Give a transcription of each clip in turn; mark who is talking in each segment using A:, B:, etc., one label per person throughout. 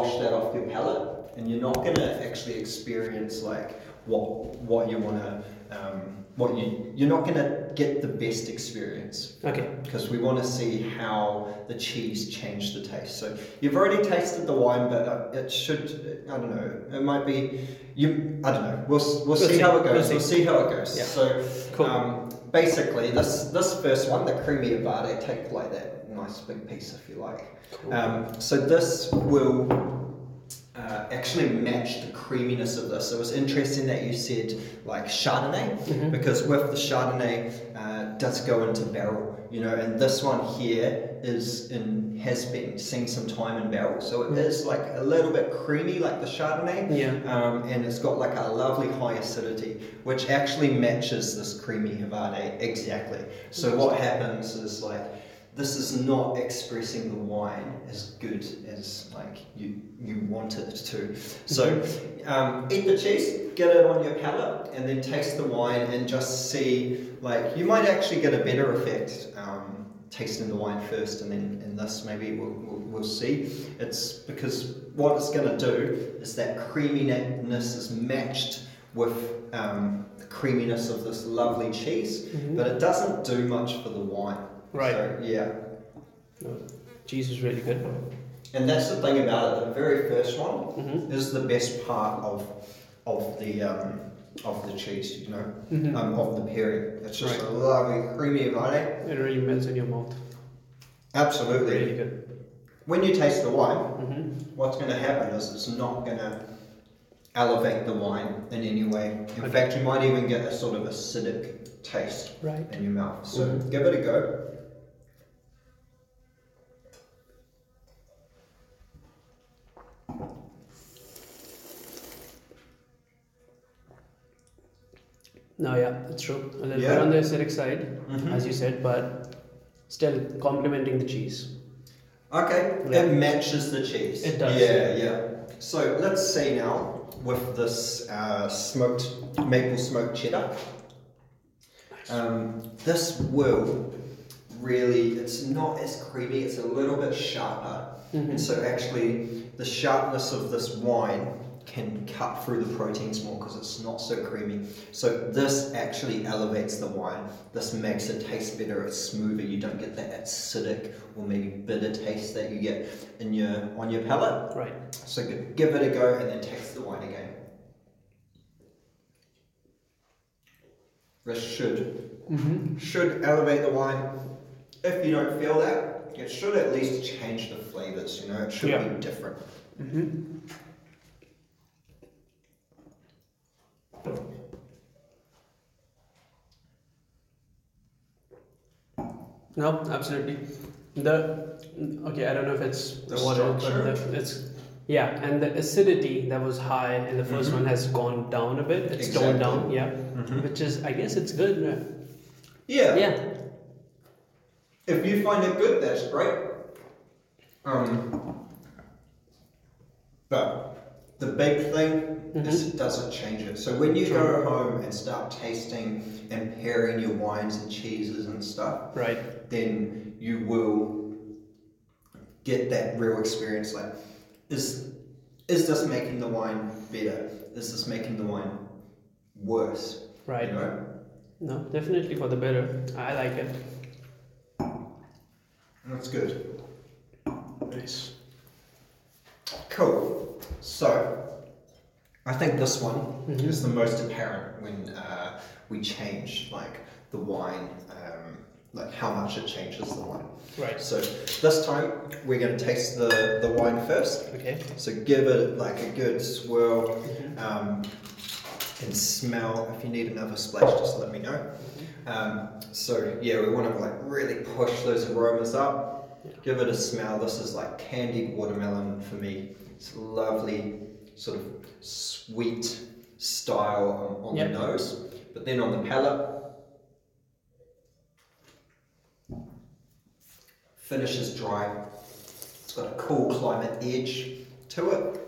A: your palate, and you're not gonna actually experience like what what you wanna um, what you you're not gonna get the best experience
B: Okay.
A: because we want to see how the cheese changed the taste. So you've already tasted the wine, but uh, it should I don't know it might be you I don't know we'll s- we'll, see,
B: see.
A: how it goes.
B: We'll
A: We'll
B: see.
A: see, how it goes.
B: Yeah.
A: So
B: Cool.
A: um, basically this this first one, the creamy avade, take like that nice big piece if you like.
B: Cool.
A: Um, so this will uh, actually match the creaminess of this. It was interesting that you said like Chardonnay
B: Mm-hmm.
A: because with the Chardonnay uh, does go into barrel, you know, and this one here is in has been seen some time in barrel, so it is like a little bit creamy like the Chardonnay,
B: Mm. Yeah.
A: um, and it's got like a lovely high acidity, which actually matches this creamy Havade exactly. So what happens is like this is not expressing the wine as good as like you you want it to. So um, eat the cheese, get it on your palate, and then taste the wine and just see like you might actually get a better effect. Um, tasting the wine first and then and thus maybe we'll, we'll, we'll see it's because what it's going to do is that creaminess is matched with um, the creaminess of this lovely cheese but it doesn't do much for the wine
B: Mm-hmm. Right.
A: so, yeah
B: No, cheese is really good.
A: and that's the thing about it the very first one
B: Mhm.
A: is the best part of of the um, of the cheese you know
B: Mhm.
A: um, of the pairing it's just
B: Right.
A: a lovely creamy vine
B: It really melts in your mouth.
A: absolutely
B: Really good.
A: when you taste the wine
B: hmm
A: what's going to happen is it's not going to elevate the wine in any way. In
B: Okay.
A: fact, you might even get a sort of acidic taste
B: Right.
A: in your mouth. So
B: Mhm.
A: give it a go.
B: No, yeah, that's true. A little bit
A: Yeah.
B: on the acidic side,
A: Mhm.
B: as you said, but still complementing the cheese.
A: Okay,
B: Yeah.
A: it matches the cheese.
B: It does.
A: Yeah, yeah. So let's see now with this uh, smoked maple smoked cheddar. Um, this will really, it's not as creamy, it's a little bit sharper. And so actually, the sharpness of this wine can cut through the proteins more because it's not so creamy. So this actually elevates the wine. This makes it taste better, it's smoother, you don't get that acidic or maybe bitter taste that you get in your on your palate.
B: Right.
A: So gi- give it a go and then taste the wine again. This should
B: Mm-hmm.
A: should elevate the wine. If you don't feel that, it should at least change the flavors. You know, it should
B: Yeah.
A: be different.
B: Mm-hmm. No, absolutely. The okay, I don't know if it's
A: The
B: what it- but
A: structure.
B: the, it's yeah, and the acidity that was high in the 1st one has gone down a bit. It's toned
A: Mm-hmm. Exactly. Mm-hmm.
B: down, yeah, which is I guess it's good. uh,
A: Yeah.
B: Yeah,
A: If you find it good, that's great. Um, but the big thing
B: Mm-hmm.
A: is it doesn't change it. So when you go home and start tasting and pairing your wines and cheeses and stuff,
B: right.
A: then you will get that real experience. Like, is is this making the wine better? Is this making the wine worse?
B: Right.
A: You know?
B: No, definitely for the better. I like it.
A: That's good.
B: Nice.
A: Cool. So, I think this one
B: Mm-hmm.
A: is the most apparent when uh, we change like the wine, um, like how much it changes the wine.
B: Right.
A: So this time we're going to taste the the wine first.
B: Okay.
A: So give it like a good swirl
B: Mm-hmm.
A: um, and smell. If you need another splash, just let me know.
B: Mm-hmm.
A: Um, so yeah, we want to like really push those aromas up.
B: Yeah.
A: Give it a smell. This is like candied watermelon for me. It's lovely, sort of sweet style on, on
B: Yep.
A: the nose, but then on the palate. Finish is dry. It's got a cool climate edge to it.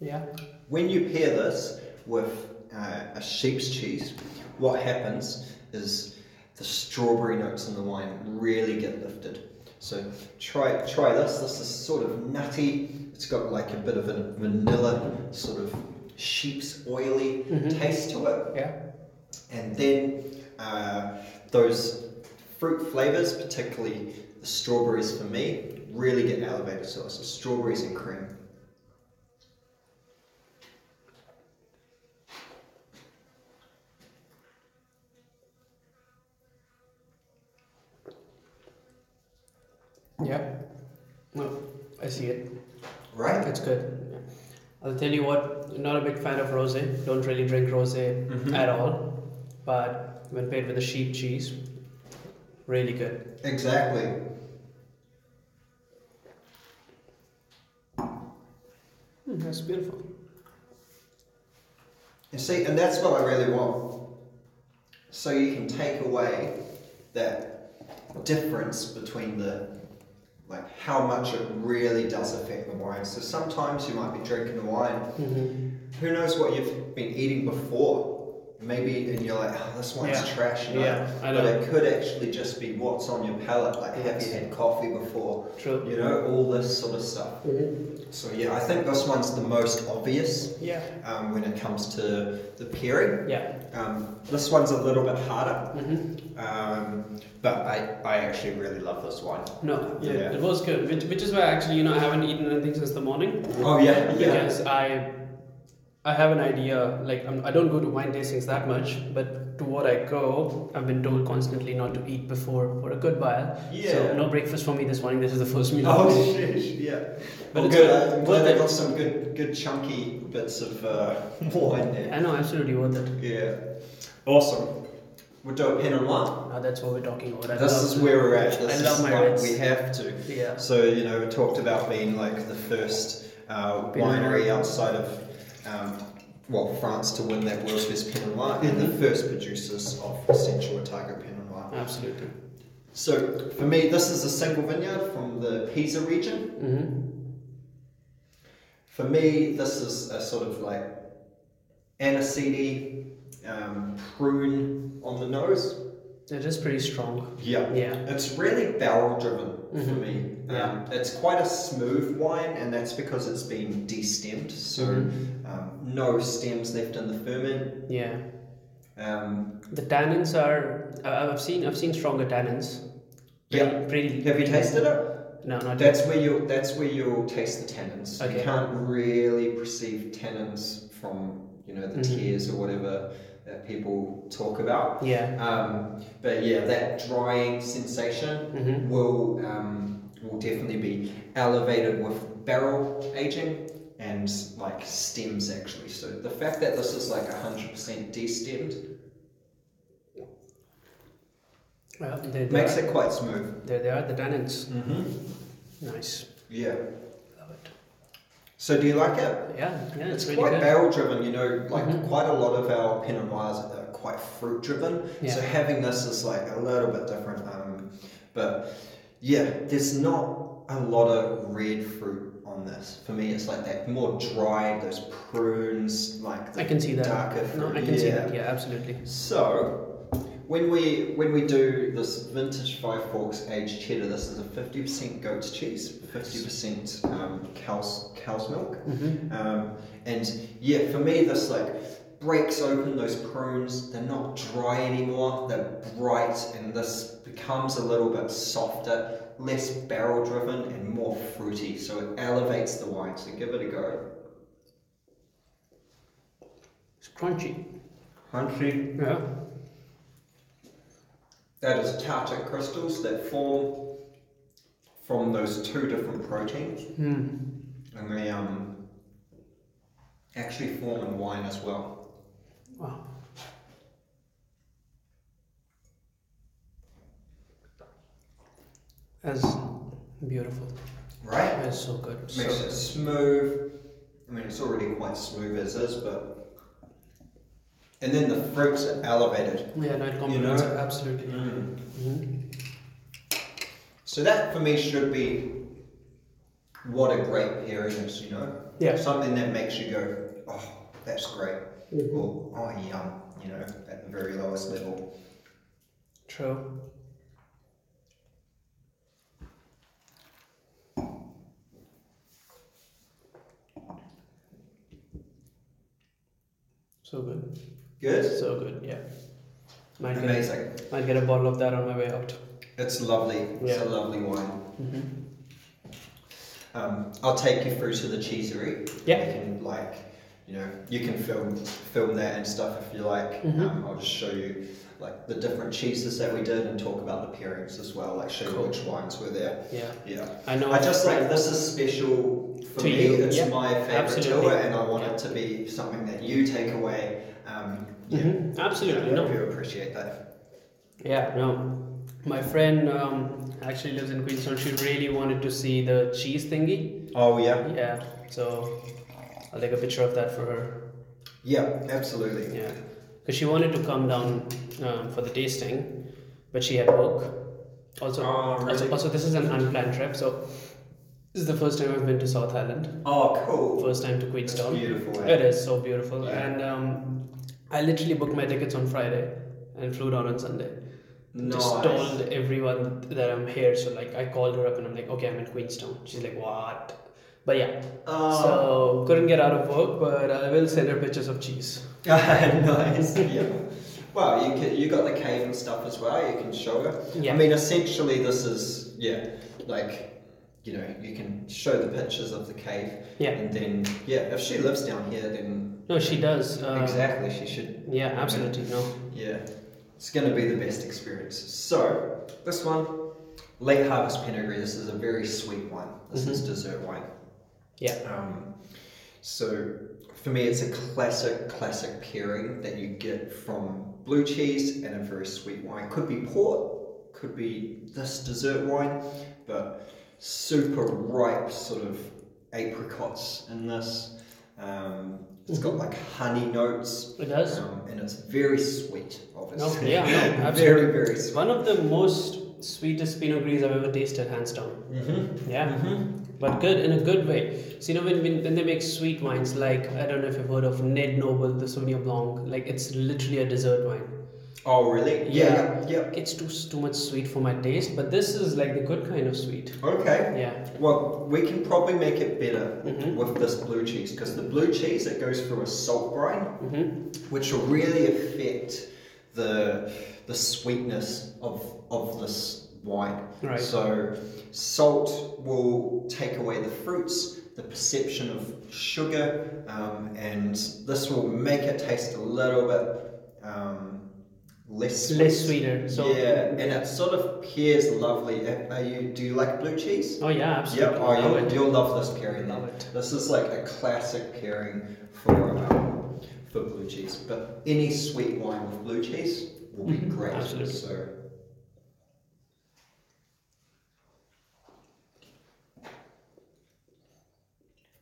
B: Yeah.
A: When you pair this with uh, a sheep's cheese, what happens is the strawberry notes in the wine really get lifted. So try try this. This is sort of nutty. It's got like a bit of a vanilla sort of sheep's oily
B: Mhm.
A: taste to it.
B: Yeah.
A: And then uh, those fruit flavors, particularly the strawberries for me, really get elevated. So it's strawberries and cream.
B: Yeah. No, I see it.
A: Right?
B: That's good. Yeah. I'll tell you what, not a big fan of rose. Don't really drink rose
A: Mhm.
B: at all. But when paired with the sheep cheese, really good.
A: Exactly.
B: Mm, that's beautiful.
A: You see, and that's what I really want. So you can take away that difference between the like how much it really does affect the wine. So sometimes you might be drinking the wine
B: Mm-hmm.
A: Who knows what you've been eating before? Maybe and you're like, oh, this one's
B: Yeah.
A: trash. You know?
B: Yeah, I
A: But
B: know.
A: it could actually just be what's on your palate. Like, have you
B: Yes.
A: had coffee before?
B: True.
A: You know, all this sort of stuff.
B: Mm-hmm.
A: So yeah, I think this one's the most obvious
B: Yeah.
A: um, when it comes to the pairing.
B: Yeah.
A: Um, this one's a little bit harder,
B: Mm-hmm.
A: um, but I, I actually really love this wine.
B: No, yeah.
A: Yeah.
B: it was good. Which, which is why actually, you know, I haven't eaten anything since the morning.
A: Oh yeah, yeah.
B: Because I, I have an idea. Like I'm, I don't go to wine tastings that much, but to what I go, I've been told constantly not to eat before for a good while.
A: Yeah.
B: So no breakfast for me this morning. This is the first meal.
A: Oh sheesh, yeah.
B: But
A: well,
B: it's
A: good.
B: good.
A: I'm glad
B: Worth
A: they
B: it.
A: got some good, good chunky bits of uh, wine there.
B: I know, absolutely worth it.
A: Yeah. Awesome. We'll do a Pinot Noir.
B: Now that's what we're talking about. I
A: This
B: love-
A: is where we're at. This
B: I love
A: is
B: my
A: what
B: reds.
A: we have to.
B: Yeah.
A: So you know, we talked about being like the first uh,
B: Pinot
A: winery
B: Noir.
A: outside of. Um, well, France to win that World Best Pinot Noir and
B: Mm-hmm.
A: the first producers of essential Otago Pinot Noir.
B: Absolutely.
A: So for me, this is a single vineyard from the Pisa region.
B: Mm-hmm.
A: For me, this is a sort of like aniseedy um, prune on the nose.
B: It is pretty strong.
A: Yeah.
B: Yeah.
A: It's really barrel driven for
B: Mhm.
A: me.
B: Yeah.
A: Um, it's quite a smooth wine, and that's because it's been destemmed, so
B: Mm-hmm.
A: um, no stems left in the ferment.
B: Yeah.
A: Um,
B: The tannins are. I I've seen. I've seen stronger tannins.
A: Yeah.
B: Pretty- Pretty.
A: have you tasted it?
B: No, not yet.
A: That's where you that's where you'll taste the tannins. You
B: Okay.
A: can't really perceive tannins from you know the
B: Mhm.
A: tears or whatever that people talk about.
B: Yeah.
A: Um, but yeah, that drying sensation
B: Mm-hmm.
A: will um, will definitely be elevated with barrel aging and like stems actually. So the fact that this is like hundred percent destemmed
B: Well, there, there,
A: makes
B: are,
A: it quite smooth.
B: there, there are the tannins.
A: Mm-hmm.
B: Nice.
A: Yeah.
B: Love it.
A: So do you like it?
B: Yeah. Yeah.
A: It's
B: It's, really
A: quite
B: good.
A: barrel driven, you know, like
B: Mhm.
A: quite a lot of our Pinot Noirs are quite fruit driven.
B: Yeah.
A: So having this is like a little bit different. Um, but yeah, there's not a lot of red fruit on this. For me, it's like that more dried, those prunes, like the
B: I can see that.
A: darker
B: No,
A: fruit.
B: I can
A: yeah.
B: see that. Yeah, absolutely.
A: So when we when we do this vintage Five Forks aged cheddar, this is a 50% goat's cheese, 50% um, cow's, cow's milk.
B: Mm-hmm.
A: Um, and yeah, for me, this like breaks open those prunes. They're not dry anymore. They're bright, and this becomes a little bit softer, less barrel driven, and more fruity. So it elevates the wine. So give it a go.
B: It's crunchy.
A: Crunchy.
B: Yeah.
A: That is tartar crystals that form from those two different proteins,
B: Mm.
A: and they um actually form in wine as well.
B: Wow. That's beautiful.
A: Right.
B: That's so good. So
A: makes
B: good.
A: it smooth. I mean, it's already quite smooth as is, but and then the fruits are elevated.
B: Yeah, no, it complements
A: know?
B: it, absolutely. Mhm.
A: So that for me should be what a great pairing is, you know.
B: Yeah.
A: Something that makes you go, oh, that's great,
B: Mm-hmm.
A: or oh, yum, you know, at the very lowest level.
B: True. So good.
A: Good?
B: So good. Yeah. Might get,
A: Amazing.
B: might get a bottle of that on my way out.
A: It's lovely. It's
B: Yeah.
A: a lovely wine.
B: Mm-hmm.
A: Um, I'll take you through to the cheesery.
B: Yeah.
A: You can, like, you know, you can film film that and stuff if you like.
B: Mhm.
A: Um, I'll just show you like the different cheeses that we did and talk about the pairings as well. Like show
B: Cool.
A: you which wines were there.
B: Yeah.
A: Yeah.
B: I know.
A: I just like this is special for
B: To
A: me.
B: you,
A: It's
B: yeah,
A: my favorite
B: absolutely.
A: tour, and I want it to be something that you take away. Um, yeah,
B: Mhm, Absolutely.
A: I
B: No.
A: hope you appreciate that.
B: Yeah, no. My friend um, actually lives in Queenstown. She really wanted to see the cheese thingy.
A: Oh yeah,
B: Yeah, so I'll take a picture of that for her.
A: yeah, absolutely.
B: Yeah, because she wanted to come down um, for the tasting, but she had work. Also,
A: Oh, really?
B: also, also, this is an unplanned trip, so this is the first time I've been to South Island.
A: Oh cool.
B: First time to
A: It's
B: Queenstown.
A: beautiful. eh?
B: It is so beautiful,
A: Yeah.
B: and um, I literally booked my tickets on Friday and flew down on Sunday. Just told everyone that I'm here, so like I called her up and I'm like, okay, I'm in Queenstown. She's like, what? But yeah,
A: Oh,
B: so couldn't get out of work, but I will send her pictures of cheese.
A: nice. Yeah. Well, you can, you got the cave and stuff as well. You can show it.
B: Yeah.
A: I mean, essentially, this is yeah, like you know, you can show the pictures of the cave.
B: Yeah.
A: And then yeah, if she lives down here, then
B: No, she does. Uh,
A: Exactly, she should.
B: Yeah, absolutely. No.
A: Yeah, it's going to be the best experience. So, this one, late harvest Pinot Gris. This is a very sweet wine. This is dessert wine.
B: Yeah.
A: Um, so, for me, it's a classic, classic pairing that you get from blue cheese and a very sweet wine. Could be port, could be this dessert wine, but super ripe sort of apricots in this. Um, it's got like honey notes.
B: It does.
A: Um, and it's very sweet, obviously.
B: yeah, no, absolutely.
A: very, very
B: It's
A: sweet.
B: one of the most sweetest Pinot Gris I've ever tasted, hands down.
A: Mm-hmm.
B: Yeah. But good in a good way. So you know when, when when they make sweet wines like I don't know if you've heard of Ned Noble, the Sauvignon Blanc, like it's literally a dessert wine.
A: Oh, really? Yeah. yeah. Yep.
B: It's too too much sweet for my taste, but this is like the good kind of sweet.
A: Okay.
B: Yeah.
A: Well, we can probably make it better
B: Mhm.
A: with this blue cheese because the blue cheese it goes through a salt brine,
B: Mm-hmm.
A: which will really affect the the sweetness of of this wine.
B: Right.
A: So salt will take away the fruits, the perception of sugar, um, and this will make it taste a little bit um, less sweet.
B: Less sweeter. So
A: yeah, and it sort of pairs lovely. Uh, Are are you? Do you like blue cheese?
B: Oh yeah,
A: Yep.
B: absolutely.
A: Oh,
B: Love
A: you'll,
B: it.
A: you'll love this pairing.
B: Love
A: Love
B: it.
A: This is like a classic pairing for um, for blue cheese. But any sweet wine with blue cheese will be
B: Mhm,
A: great.
B: absolutely.
A: So.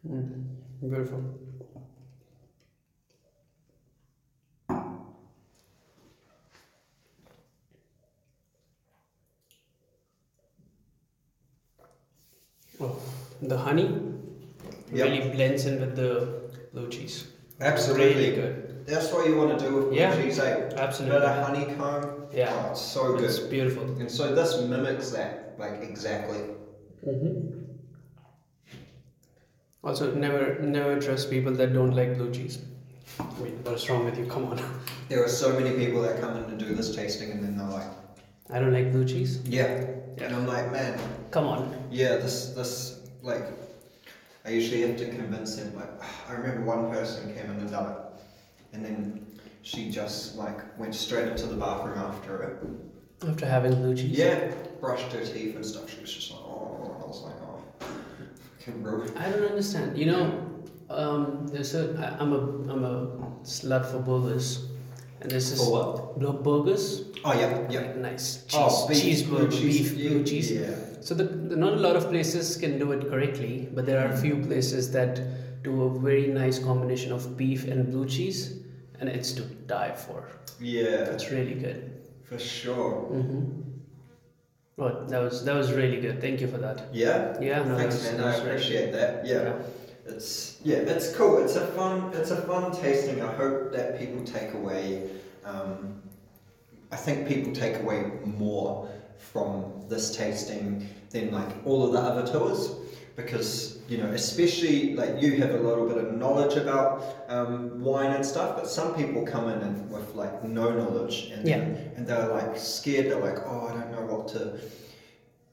B: Mm. Beautiful. Oh, the honey
A: Yep.
B: really blends in with the blue cheese.
A: Absolutely.
B: Really good.
A: That's what you want to do with blue
B: Yeah.
A: cheese, eh? A bit
B: Absolutely.
A: of honeycomb.
B: Yeah.
A: Oh, it's so
B: It's
A: good.
B: beautiful.
A: And so this mimics that, like, exactly.
B: Mm-hmm. Also, never never trust people that don't like blue cheese. I mean, what's wrong with you? Come on.
A: There are so many people that come in to do this tasting and then they're like,
B: I don't like blue cheese.
A: yeah.
B: Yeah.
A: And I'm like, man,
B: Come on.
A: yeah, this, this, like, I usually have to convince them, like, I remember one person came in and done it. And then she just, like, went straight into the bathroom after it.
B: After having blue cheese.
A: Yeah. Brushed her teeth and stuff. She was just like, oh, I was like, oh, fucking rude.
B: I don't understand. You know, um, there's a I, I'm a I'm a slut for burgers, and this is
A: For what?
B: No, burgers.
A: Oh, yeah, yeah.
B: Like nice cheese,
A: Oh, beef,
B: cheeseburger,
A: blue cheese,
B: beef, blue
A: yeah,
B: cheese.
A: yeah.
B: So the, the- not a lot of places can do it correctly, but there are
A: Mm-hmm.
B: a few places that do a very nice combination of beef and blue cheese, and it's to die for.
A: Yeah,
B: That's really good.
A: for sure.
B: Mm-hmm. Right, that was that was really good. Thank you for that.
A: Yeah.
B: Yeah, no,
A: Thanks,
B: that's-
A: man. I
B: that's really-
A: appreciate that. Yeah. It's yeah, it's cool. It's a fun. It's a fun tasting. I hope that people take away. Um, I think people take away more from this tasting than like all of the other tours. because you know especially like you have a little bit of knowledge about um, wine and stuff but some people come in and with like no knowledge and
B: Yeah.
A: and they're like scared they're like oh i don't know what to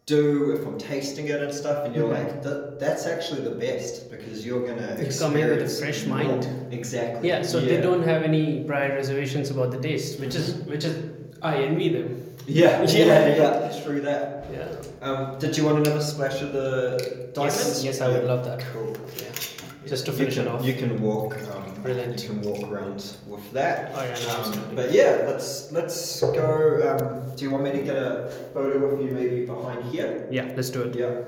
A: do if i'm tasting it and stuff and you're
B: Mhm.
A: like that, that's actually the best because you're gonna
B: You come in with a
A: experience
B: fresh
A: more."
B: mind.
A: exactly
B: Yeah, so they don't have any prior reservations about the taste, which is which is I envy them.
A: yeah
B: Yeah.
A: yeah yeah, yeah through that
B: Yeah.
A: um, did you want another splash of the diamonds
B: Yes, yes, I would love that.
A: cool
B: Yeah. Just to
A: You
B: finish
A: can-
B: it off.
A: You can walk. Um,
B: Brilliant.
A: You can walk around with that.
B: Oh, yeah, no,
A: um,
B: absolutely.
A: but yeah, let's let's go. Um, do you want me to get a photo of you maybe behind here?
B: Yeah, let's do it.
A: Yeah.